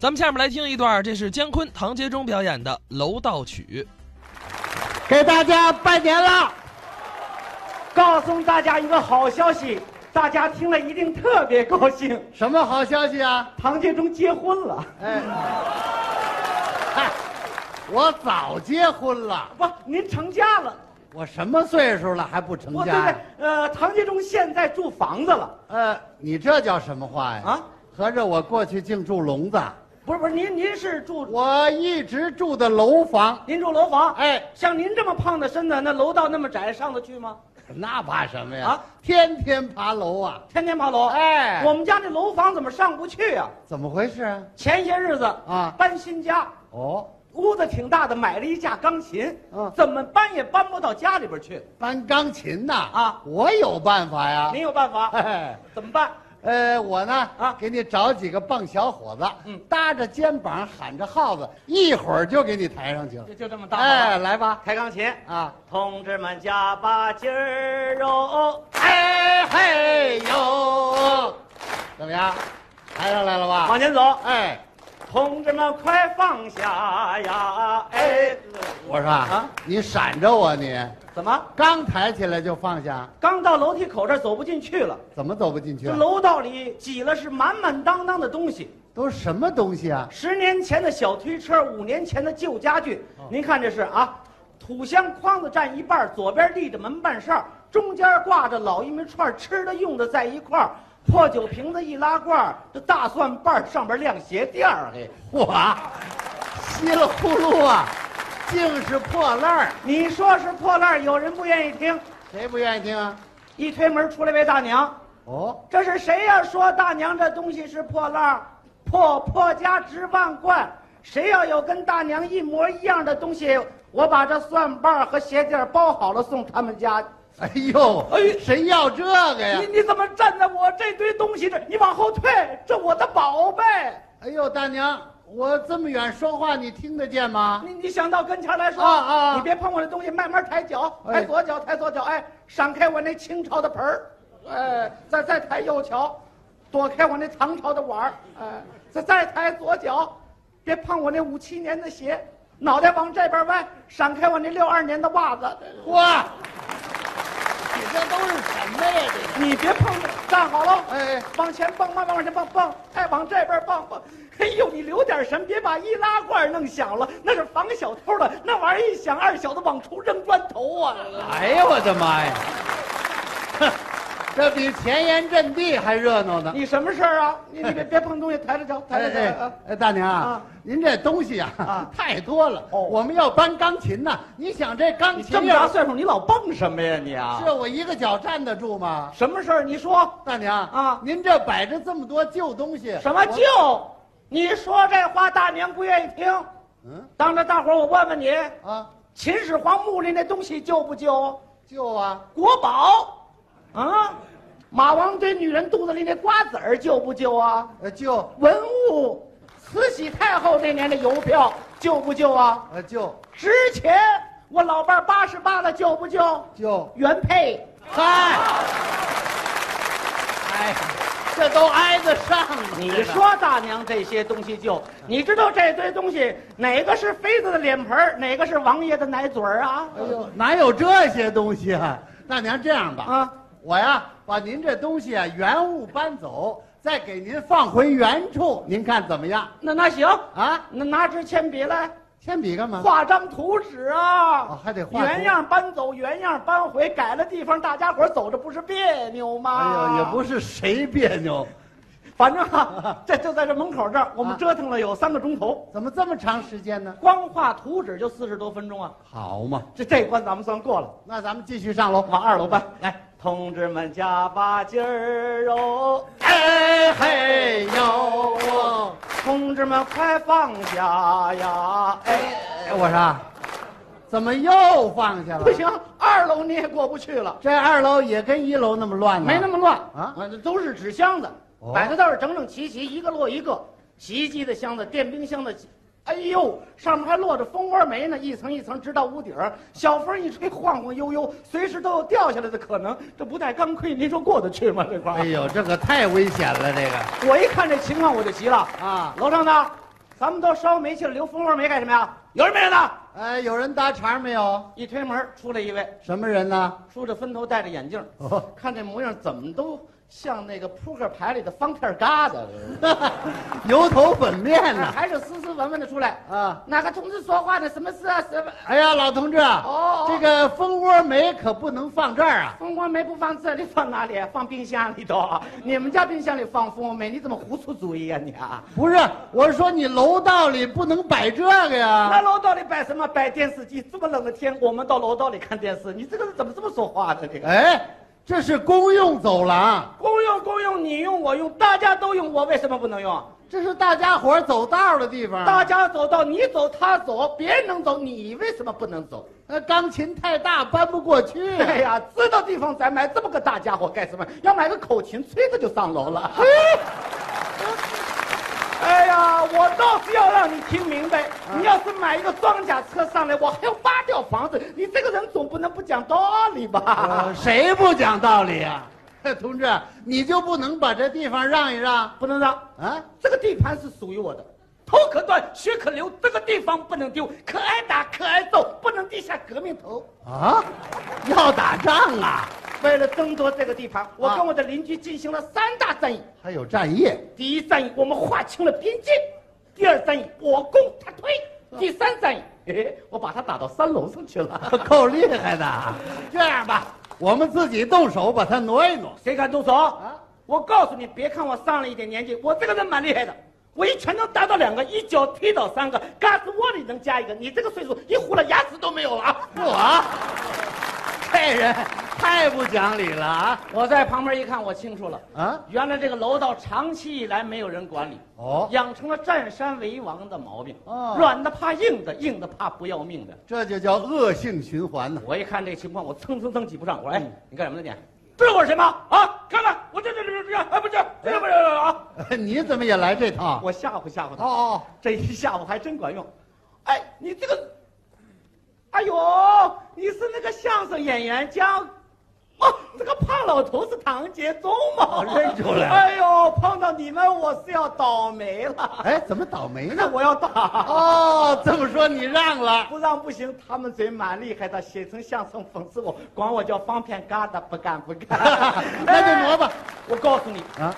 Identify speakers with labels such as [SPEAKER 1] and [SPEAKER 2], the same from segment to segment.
[SPEAKER 1] 咱们下面来听一段，这是姜昆、唐杰忠表演的《楼道曲
[SPEAKER 2] 给大家拜年啦！
[SPEAKER 3] 告诉大家一个好消息，大家听了一定特别高兴，
[SPEAKER 2] 什么好消息啊？
[SPEAKER 3] 唐杰忠结婚了。
[SPEAKER 2] 哎，嗨，我早结婚了，
[SPEAKER 3] 不，您成家了。
[SPEAKER 2] 我什么岁数了还不成
[SPEAKER 3] 我对
[SPEAKER 2] 家
[SPEAKER 3] 对
[SPEAKER 2] 呀？，
[SPEAKER 3] 呃，唐杰忠现在住房子了。
[SPEAKER 2] 呃，你这叫什么话呀？
[SPEAKER 3] 啊，
[SPEAKER 2] 合着我过去净住笼子，啊
[SPEAKER 3] 不是不是，您您是住
[SPEAKER 2] 我一直住的楼房。
[SPEAKER 3] 您住楼房？
[SPEAKER 2] 哎，
[SPEAKER 3] 像您这么胖的身子，那楼道那么窄，上得去吗？
[SPEAKER 2] 那怕什么呀？
[SPEAKER 3] 啊
[SPEAKER 2] 天天爬楼啊！
[SPEAKER 3] 天天爬楼。
[SPEAKER 2] 哎
[SPEAKER 3] 我们家这楼房怎么上不去啊？
[SPEAKER 2] 怎么回事啊？
[SPEAKER 3] 前些日子
[SPEAKER 2] 啊
[SPEAKER 3] 搬新家，
[SPEAKER 2] 哦，
[SPEAKER 3] 屋子挺大的，买了一架钢琴，
[SPEAKER 2] 嗯
[SPEAKER 3] 怎么搬也搬不到家里边去。
[SPEAKER 2] 搬钢琴呐！
[SPEAKER 3] 啊
[SPEAKER 2] 我有办法呀
[SPEAKER 3] 您。有办法？
[SPEAKER 2] 啊哎，
[SPEAKER 3] 怎么办？
[SPEAKER 2] 呃，我呢
[SPEAKER 3] 啊
[SPEAKER 2] 给你找几个棒小伙子，
[SPEAKER 3] 嗯
[SPEAKER 2] 搭着肩膀喊着号子，一会儿就给你抬上去了
[SPEAKER 3] 就。就这么大。
[SPEAKER 2] 哎，，来吧，
[SPEAKER 3] 开钢琴。
[SPEAKER 2] 啊，
[SPEAKER 3] 同志们加把劲儿哦！
[SPEAKER 2] 嘿哎嘿呦，怎么样？抬上来了吧？
[SPEAKER 3] 往前走，
[SPEAKER 2] 哎，
[SPEAKER 3] 同志们快放下呀！哎，
[SPEAKER 2] 我说啊
[SPEAKER 3] 啊，
[SPEAKER 2] 你闪着我你，
[SPEAKER 3] 怎么
[SPEAKER 2] 刚抬起来就放下，
[SPEAKER 3] 刚到楼梯口这儿走不进去了？
[SPEAKER 2] 怎么走不进去
[SPEAKER 3] 这
[SPEAKER 2] 啊？
[SPEAKER 3] 楼道里挤了是满满当当的东西，
[SPEAKER 2] 都什么东西啊？
[SPEAKER 3] 十年前的小推车，五年前的旧家具。您看这是啊，土箱筐子占一半，左边立着门把扇儿，中间挂着老玉米串儿，吃的用的在一块儿。破酒瓶子一拉罐儿，这大蒜瓣儿上边晾鞋垫儿，嘿，
[SPEAKER 2] 嚯，稀里呼噜啊，竟是破烂儿，
[SPEAKER 3] 你说是破烂儿，有人不愿意听。
[SPEAKER 2] 谁不愿意听啊？
[SPEAKER 3] 一推门出来位大娘，
[SPEAKER 2] 哦，
[SPEAKER 3] 这是谁呀、说大娘这东西是破烂儿，破破家值万贯。谁要有跟大娘一模一样的东西，我把这蒜瓣儿和鞋垫儿包好了送他们家。
[SPEAKER 2] 哎呦，
[SPEAKER 3] 哎呦
[SPEAKER 2] 谁要这个哎呀
[SPEAKER 3] 你？你怎么站在我这堆东西这？你往后退，这我的宝贝。
[SPEAKER 2] 哎呦，大娘，我这么远说话你听得见吗？
[SPEAKER 3] 你你想到跟前儿来说，
[SPEAKER 2] 啊啊
[SPEAKER 3] 你别碰我这东西，慢慢抬脚，
[SPEAKER 2] 哎
[SPEAKER 3] 抬左脚，抬左脚，哎，闪开我那清朝的盆儿，哎，再再抬右脚，躲开我那唐朝的碗儿，哎，再再抬左脚，别碰我那五七年的鞋，脑袋往这边歪，闪开我那六二年的袜子，
[SPEAKER 2] 哇，你这都是什么呀？这
[SPEAKER 3] 你别碰，站好喽，
[SPEAKER 2] 哎哎
[SPEAKER 3] 往前蹦，慢慢往前蹦蹦，哎，往这边蹦蹦。哎呦，你留点神，别把易拉罐弄响了，那是防小偷的。那玩意儿一响，二小子往出扔砖头啊！
[SPEAKER 2] 哎呀，我的妈呀！哎哼这比前沿阵地还热闹呢。
[SPEAKER 3] 你什么事儿啊？你你别别碰东西，抬着脚，抬
[SPEAKER 2] 哎
[SPEAKER 3] 着脚。哎
[SPEAKER 2] 哎
[SPEAKER 3] 哎
[SPEAKER 2] 哎，大娘啊
[SPEAKER 3] 啊，
[SPEAKER 2] 您这东西啊
[SPEAKER 3] 啊
[SPEAKER 2] 太多了。
[SPEAKER 3] 哦
[SPEAKER 2] 我们要搬钢琴呢，你想这钢
[SPEAKER 3] 你
[SPEAKER 2] 琴
[SPEAKER 3] 这么大
[SPEAKER 2] 要是
[SPEAKER 3] 岁数，你老蹦什么呀你啊？
[SPEAKER 2] 我一个脚站得住吗？
[SPEAKER 3] 什么事儿？你说
[SPEAKER 2] 大娘
[SPEAKER 3] 啊
[SPEAKER 2] 您这摆着这么多旧东西，
[SPEAKER 3] 什么
[SPEAKER 2] 我？
[SPEAKER 3] 旧？你说这话，大娘不愿意听。
[SPEAKER 2] 嗯
[SPEAKER 3] 当着大伙儿，我问问你，
[SPEAKER 2] 啊，
[SPEAKER 3] 秦始皇墓里那东西旧不旧？
[SPEAKER 2] 旧啊，
[SPEAKER 3] 国宝，啊，马王堆女人肚子里那瓜子儿旧不旧啊？
[SPEAKER 2] 呃旧
[SPEAKER 3] 文物，慈禧太后那年的邮票旧不旧啊？
[SPEAKER 2] 呃旧
[SPEAKER 3] 值钱，我老伴儿八十八了，旧不旧？
[SPEAKER 2] 旧。
[SPEAKER 3] 原配，
[SPEAKER 2] 嗨，哎，这都挨得上呢。
[SPEAKER 3] 啊你
[SPEAKER 2] 这个
[SPEAKER 3] 说大娘这些东西旧，你知道这堆东西哪个是妃子的脸盆儿，哪个是王爷的奶嘴儿啊？
[SPEAKER 2] 哎呦，哪有这些东西啊？大娘，这样吧，
[SPEAKER 3] 啊，
[SPEAKER 2] 我呀把您这东西啊原物搬走，再给您放回原处，您看怎么样？
[SPEAKER 3] 那那行，
[SPEAKER 2] 啊，
[SPEAKER 3] 那拿支铅笔来。
[SPEAKER 2] 铅笔干嘛？
[SPEAKER 3] 画张图纸啊，
[SPEAKER 2] 哦还得画图
[SPEAKER 3] 原样搬走，原样搬回，改了地方，大家伙儿走着不是别扭吗？
[SPEAKER 2] 哎呦，也不，是谁别扭，
[SPEAKER 3] 反正 啊，这就在这门口这儿，我
[SPEAKER 2] 啊
[SPEAKER 3] 们折腾了有三个钟头，
[SPEAKER 2] 怎么这么长时间呢？
[SPEAKER 3] 光画图纸就四十多分钟啊，
[SPEAKER 2] 好嘛，
[SPEAKER 3] 这这关咱们算过了，
[SPEAKER 2] 那咱们继续上楼，
[SPEAKER 3] 往二楼搬。
[SPEAKER 2] 来。
[SPEAKER 3] 同志们加把劲儿哦，
[SPEAKER 2] 哎嘿呦，
[SPEAKER 3] 同志们快放下呀！哎，
[SPEAKER 2] 哎，我说，怎么又放下了？
[SPEAKER 3] 不行，二楼你也过不去了，
[SPEAKER 2] 这二楼也跟一楼那么乱呢？
[SPEAKER 3] 没那么乱
[SPEAKER 2] 啊
[SPEAKER 3] 啊，都是纸箱子
[SPEAKER 2] 哦，
[SPEAKER 3] 摆的倒是整整齐齐，一个摞一个，洗衣机的箱子、电冰箱的，哎呦，上面还落着蜂窝煤呢，一层一层直到屋顶儿，小风一吹晃晃悠悠，随时都有掉下来的可能，这不带钢盔，您说过得去吗？这块
[SPEAKER 2] 哎
[SPEAKER 3] 儿，
[SPEAKER 2] 呦，这可太危险了，这个
[SPEAKER 3] 我一看这情况我就急了
[SPEAKER 2] 啊
[SPEAKER 3] 楼上的咱们都烧煤去了，留蜂窝煤干什么呀？有人没人呢？
[SPEAKER 2] 哎，有人搭茬没有？
[SPEAKER 3] 一推门出来一位，
[SPEAKER 2] 什么人呢？
[SPEAKER 3] 梳着分头，戴着眼镜，
[SPEAKER 2] 哦，
[SPEAKER 3] 看这模样怎么都像那个扑克牌里的方片疙瘩，
[SPEAKER 2] 油头粉面呢、
[SPEAKER 3] 还是斯斯文文的出来。
[SPEAKER 2] 啊！
[SPEAKER 3] 哪个同志说话呢？什么事啊？什么？
[SPEAKER 2] 哎呀，老同志啊，
[SPEAKER 3] 哦哦
[SPEAKER 2] 这个蜂窝煤可不能放这儿啊！
[SPEAKER 3] 蜂窝煤不放这里，放哪里？放冰箱里头啊！你们家冰箱里放蜂窝煤，你怎么胡出主意啊你啊？
[SPEAKER 2] 不是，我是说你楼道里不能摆这个
[SPEAKER 3] 那
[SPEAKER 2] 呀！
[SPEAKER 3] 楼道里摆什么？摆电视机？这么冷的天，我们到楼道里看电视，你这个人怎么这么说话呢？这个
[SPEAKER 2] 哎，这是公用走廊，
[SPEAKER 3] 公用公用，你用我用，大家都用，我为什么不能用？
[SPEAKER 2] 这是大家伙儿走道的地方。
[SPEAKER 3] 大家走道，你走他走，别人能走，你为什么不能走？
[SPEAKER 2] 那钢琴太大，搬不过 去。
[SPEAKER 3] 对呀、知道地方咱买这么个大家伙干什么？要买个口琴，吹着就上楼了。 哎呀，我倒是要让你听明白，
[SPEAKER 2] 嗯
[SPEAKER 3] 你要是买一个装甲车上来，我还要扒掉房子，你这个人总不能不讲道理吧
[SPEAKER 2] 呃，？谁不讲道理啊？ 同志，你就不能把这地方让一让
[SPEAKER 3] 不能让，
[SPEAKER 2] 啊？
[SPEAKER 3] 这个地盘是属于我的，头可断，血可流，这个地方不能丢，可挨打可挨揍，不能低下革命头。
[SPEAKER 2] 啊，要打仗啊？
[SPEAKER 3] 为了争夺这个地盘，我
[SPEAKER 2] 啊
[SPEAKER 3] 跟我的邻居进行了三大战役。
[SPEAKER 2] 还有战役？
[SPEAKER 3] 第一战役我们划清了边界，第二战役我攻他退，
[SPEAKER 2] 啊
[SPEAKER 3] 第三战役，哎，我把他打到三楼上去了。
[SPEAKER 2] 够厉害的啊。这样吧，我们自己动手把它挪一挪。
[SPEAKER 3] 谁敢动手？啊！我告诉你，别看我上了一点年纪，我这个人蛮厉害的。我一拳能打倒两个，一脚踢倒三个，嘎子窝里能加一个。你这个岁数，一糊了牙齿都没有了啊！哎
[SPEAKER 2] 我，这人太不讲理了啊！
[SPEAKER 3] 我在旁边一看，我清楚了，
[SPEAKER 2] 啊，
[SPEAKER 3] 原来这个楼道长期以来没有人管理，
[SPEAKER 2] 哦
[SPEAKER 3] 养成了占山为王的毛病，
[SPEAKER 2] 哦
[SPEAKER 3] 软的怕硬的，硬的怕不要命的。
[SPEAKER 2] 这就叫恶性循环呢、
[SPEAKER 3] 我一看这情况，我蹭蹭蹭挤不上，我说：“哎，你干什么呢你？这是我是谁吗？啊，看看我这这这这，哎，不是，这这不是啊！
[SPEAKER 2] 你怎么也来这套？
[SPEAKER 3] 我吓唬吓唬他，
[SPEAKER 2] 哦
[SPEAKER 3] 这一下午还真管用。哎，你这个，哎呦，你是那个相声演员江。”哦，这个胖老头是唐杰忠吗？
[SPEAKER 2] 哦认出来了
[SPEAKER 3] 哎呦，碰到你们我是要倒霉了。
[SPEAKER 2] 哎，怎么倒霉
[SPEAKER 3] 那
[SPEAKER 2] 呢？
[SPEAKER 3] 我要打。
[SPEAKER 2] 哦，这么说你让了。。
[SPEAKER 3] 不让不行，他们嘴蛮厉害的，写成相声讽刺我，管我叫方片疙瘩，不干不干
[SPEAKER 2] 那就挪吧
[SPEAKER 3] 哎。我告诉你，
[SPEAKER 2] 啊，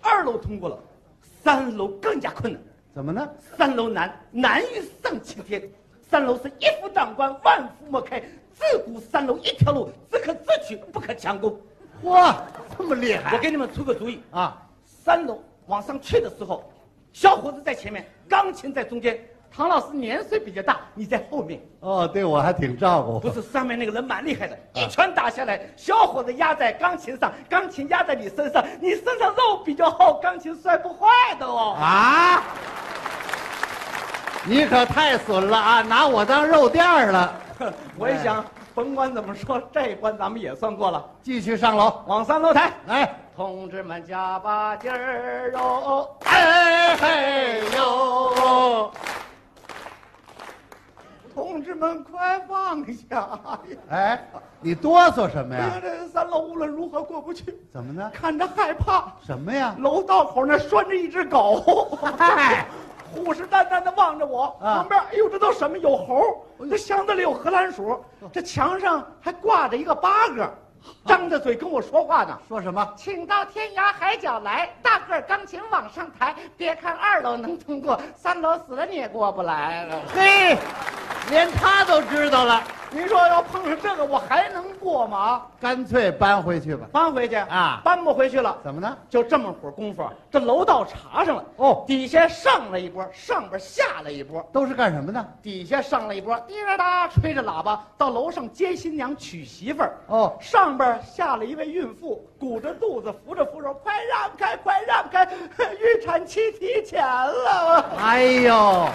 [SPEAKER 3] 二楼通过了，三楼更加困难。
[SPEAKER 2] 怎么呢？
[SPEAKER 3] 三楼难，难于上青天。三楼是一夫当关，万夫莫开。自古三楼一条路，只可自取，不可强攻。
[SPEAKER 2] 哇，这么厉
[SPEAKER 3] 我
[SPEAKER 2] 害
[SPEAKER 3] 给你们出个主意，
[SPEAKER 2] 啊！
[SPEAKER 3] 三楼往上去的时候，小伙子在前面，钢琴在中间。唐老师年岁比较大，你在后面。
[SPEAKER 2] 哦，对我还挺照顾。
[SPEAKER 3] 不是上面那个人蛮厉害的，一拳打下来，小伙子压在钢琴上，钢琴压在你身上，你身上肉比较厚，钢琴摔不坏的哦。
[SPEAKER 2] 啊，你可太损了啊！拿我当肉垫儿了。
[SPEAKER 3] 我一想，甭管怎么说，这一关咱们也算过了。
[SPEAKER 2] 继续上楼，
[SPEAKER 3] 往三楼抬，
[SPEAKER 2] 来。
[SPEAKER 3] 同志们加把劲儿哦哟！
[SPEAKER 2] 哎嘿呦！
[SPEAKER 3] 同志们快放下！
[SPEAKER 2] 哎，你哆嗦什么呀？
[SPEAKER 3] 这三楼无论如何过不去，
[SPEAKER 2] 怎么呢？
[SPEAKER 3] 看着害怕。
[SPEAKER 2] 什么呀？
[SPEAKER 3] 楼道口那拴着一只 狗，哎
[SPEAKER 2] 嗨
[SPEAKER 3] 虎视眈眈的望着我。
[SPEAKER 2] 啊
[SPEAKER 3] 旁边，哎呦，这都什么？有猴，这箱子里有荷兰鼠，这墙上还挂着一个八哥，张着嘴跟我说话呢。
[SPEAKER 2] 说什么？
[SPEAKER 3] 啊请到天涯海角来，大个儿钢琴往上抬。别看二楼能通过，三楼死了你也过不来了。
[SPEAKER 2] 嘿，连他都知道了，
[SPEAKER 3] 您说要碰上这个，我还能过吗？
[SPEAKER 2] 干脆搬回去吧。
[SPEAKER 3] 搬回去
[SPEAKER 2] 啊
[SPEAKER 3] 搬不回去了。
[SPEAKER 2] 怎么呢？
[SPEAKER 3] 就这么会儿功夫，这楼道查上了
[SPEAKER 2] 哦
[SPEAKER 3] 底下上了一波，上边下了一波，
[SPEAKER 2] 都是干什么的？
[SPEAKER 3] 底下上了一波，滴答答吹着喇叭到楼上接新娘娶媳妇儿。
[SPEAKER 2] 哦
[SPEAKER 3] 上边下了一位孕妇，鼓着肚子扶着扶手，快让开，快让开， 预产期提前了。
[SPEAKER 2] 哎呦，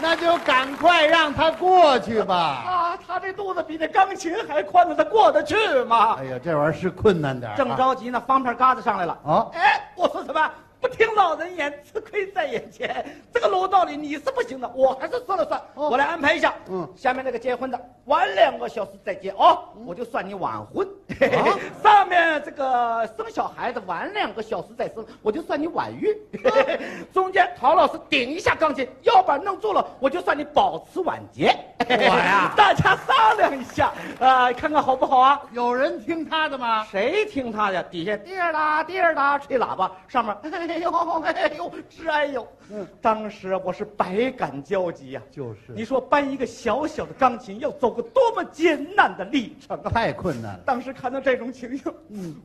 [SPEAKER 2] 那就赶快让他过去吧。
[SPEAKER 3] 啊，她这肚子比那钢琴还宽呢，她过得去吗
[SPEAKER 2] 哎？呀，这玩意儿是困难点儿啊。
[SPEAKER 3] 正着急呢，方片疙瘩上来了。
[SPEAKER 2] 哦
[SPEAKER 3] 哎，我说什么？不听老人言，吃亏在眼前。这个楼道里你是不行的，我还是说了算。
[SPEAKER 2] 哦
[SPEAKER 3] 我来安排一下。
[SPEAKER 2] 嗯
[SPEAKER 3] 下面那个结婚的晚两个小时再结哦，我就算你晚婚。嘿嘿嘿 上面这个生小孩子晚两个小时再生，我就算你晚育；嘿嘿
[SPEAKER 2] 哦
[SPEAKER 3] 嘿 中间陶老师顶一下钢琴，腰板弄住了，我就算你保持晚节。嘿嘿嘿
[SPEAKER 2] 我呀
[SPEAKER 3] 大家商量一下，啊，看看好不好啊？
[SPEAKER 2] 有人听他的吗？
[SPEAKER 3] 谁听他的？底下滴儿啦滴儿啦吹喇叭，上面 哎呦哎呦，直哎呦！
[SPEAKER 2] 嗯
[SPEAKER 3] 当时我是百感交集呀、
[SPEAKER 2] 就是
[SPEAKER 3] 你说搬一个小小的钢琴要走过多么艰难的历程啊！
[SPEAKER 2] 太困难了。
[SPEAKER 3] 当时看到这种情形，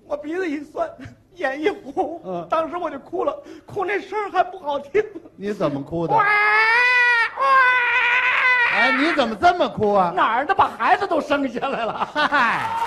[SPEAKER 3] 我鼻子一酸， 眼一红，
[SPEAKER 2] 嗯
[SPEAKER 3] 当时我就哭了，哭那声儿还不好听，
[SPEAKER 2] 你怎么哭的
[SPEAKER 3] 哇？哇！
[SPEAKER 2] 哎，你怎么这么哭啊？
[SPEAKER 3] 哪儿的把孩子都生下来了？
[SPEAKER 2] 嗨。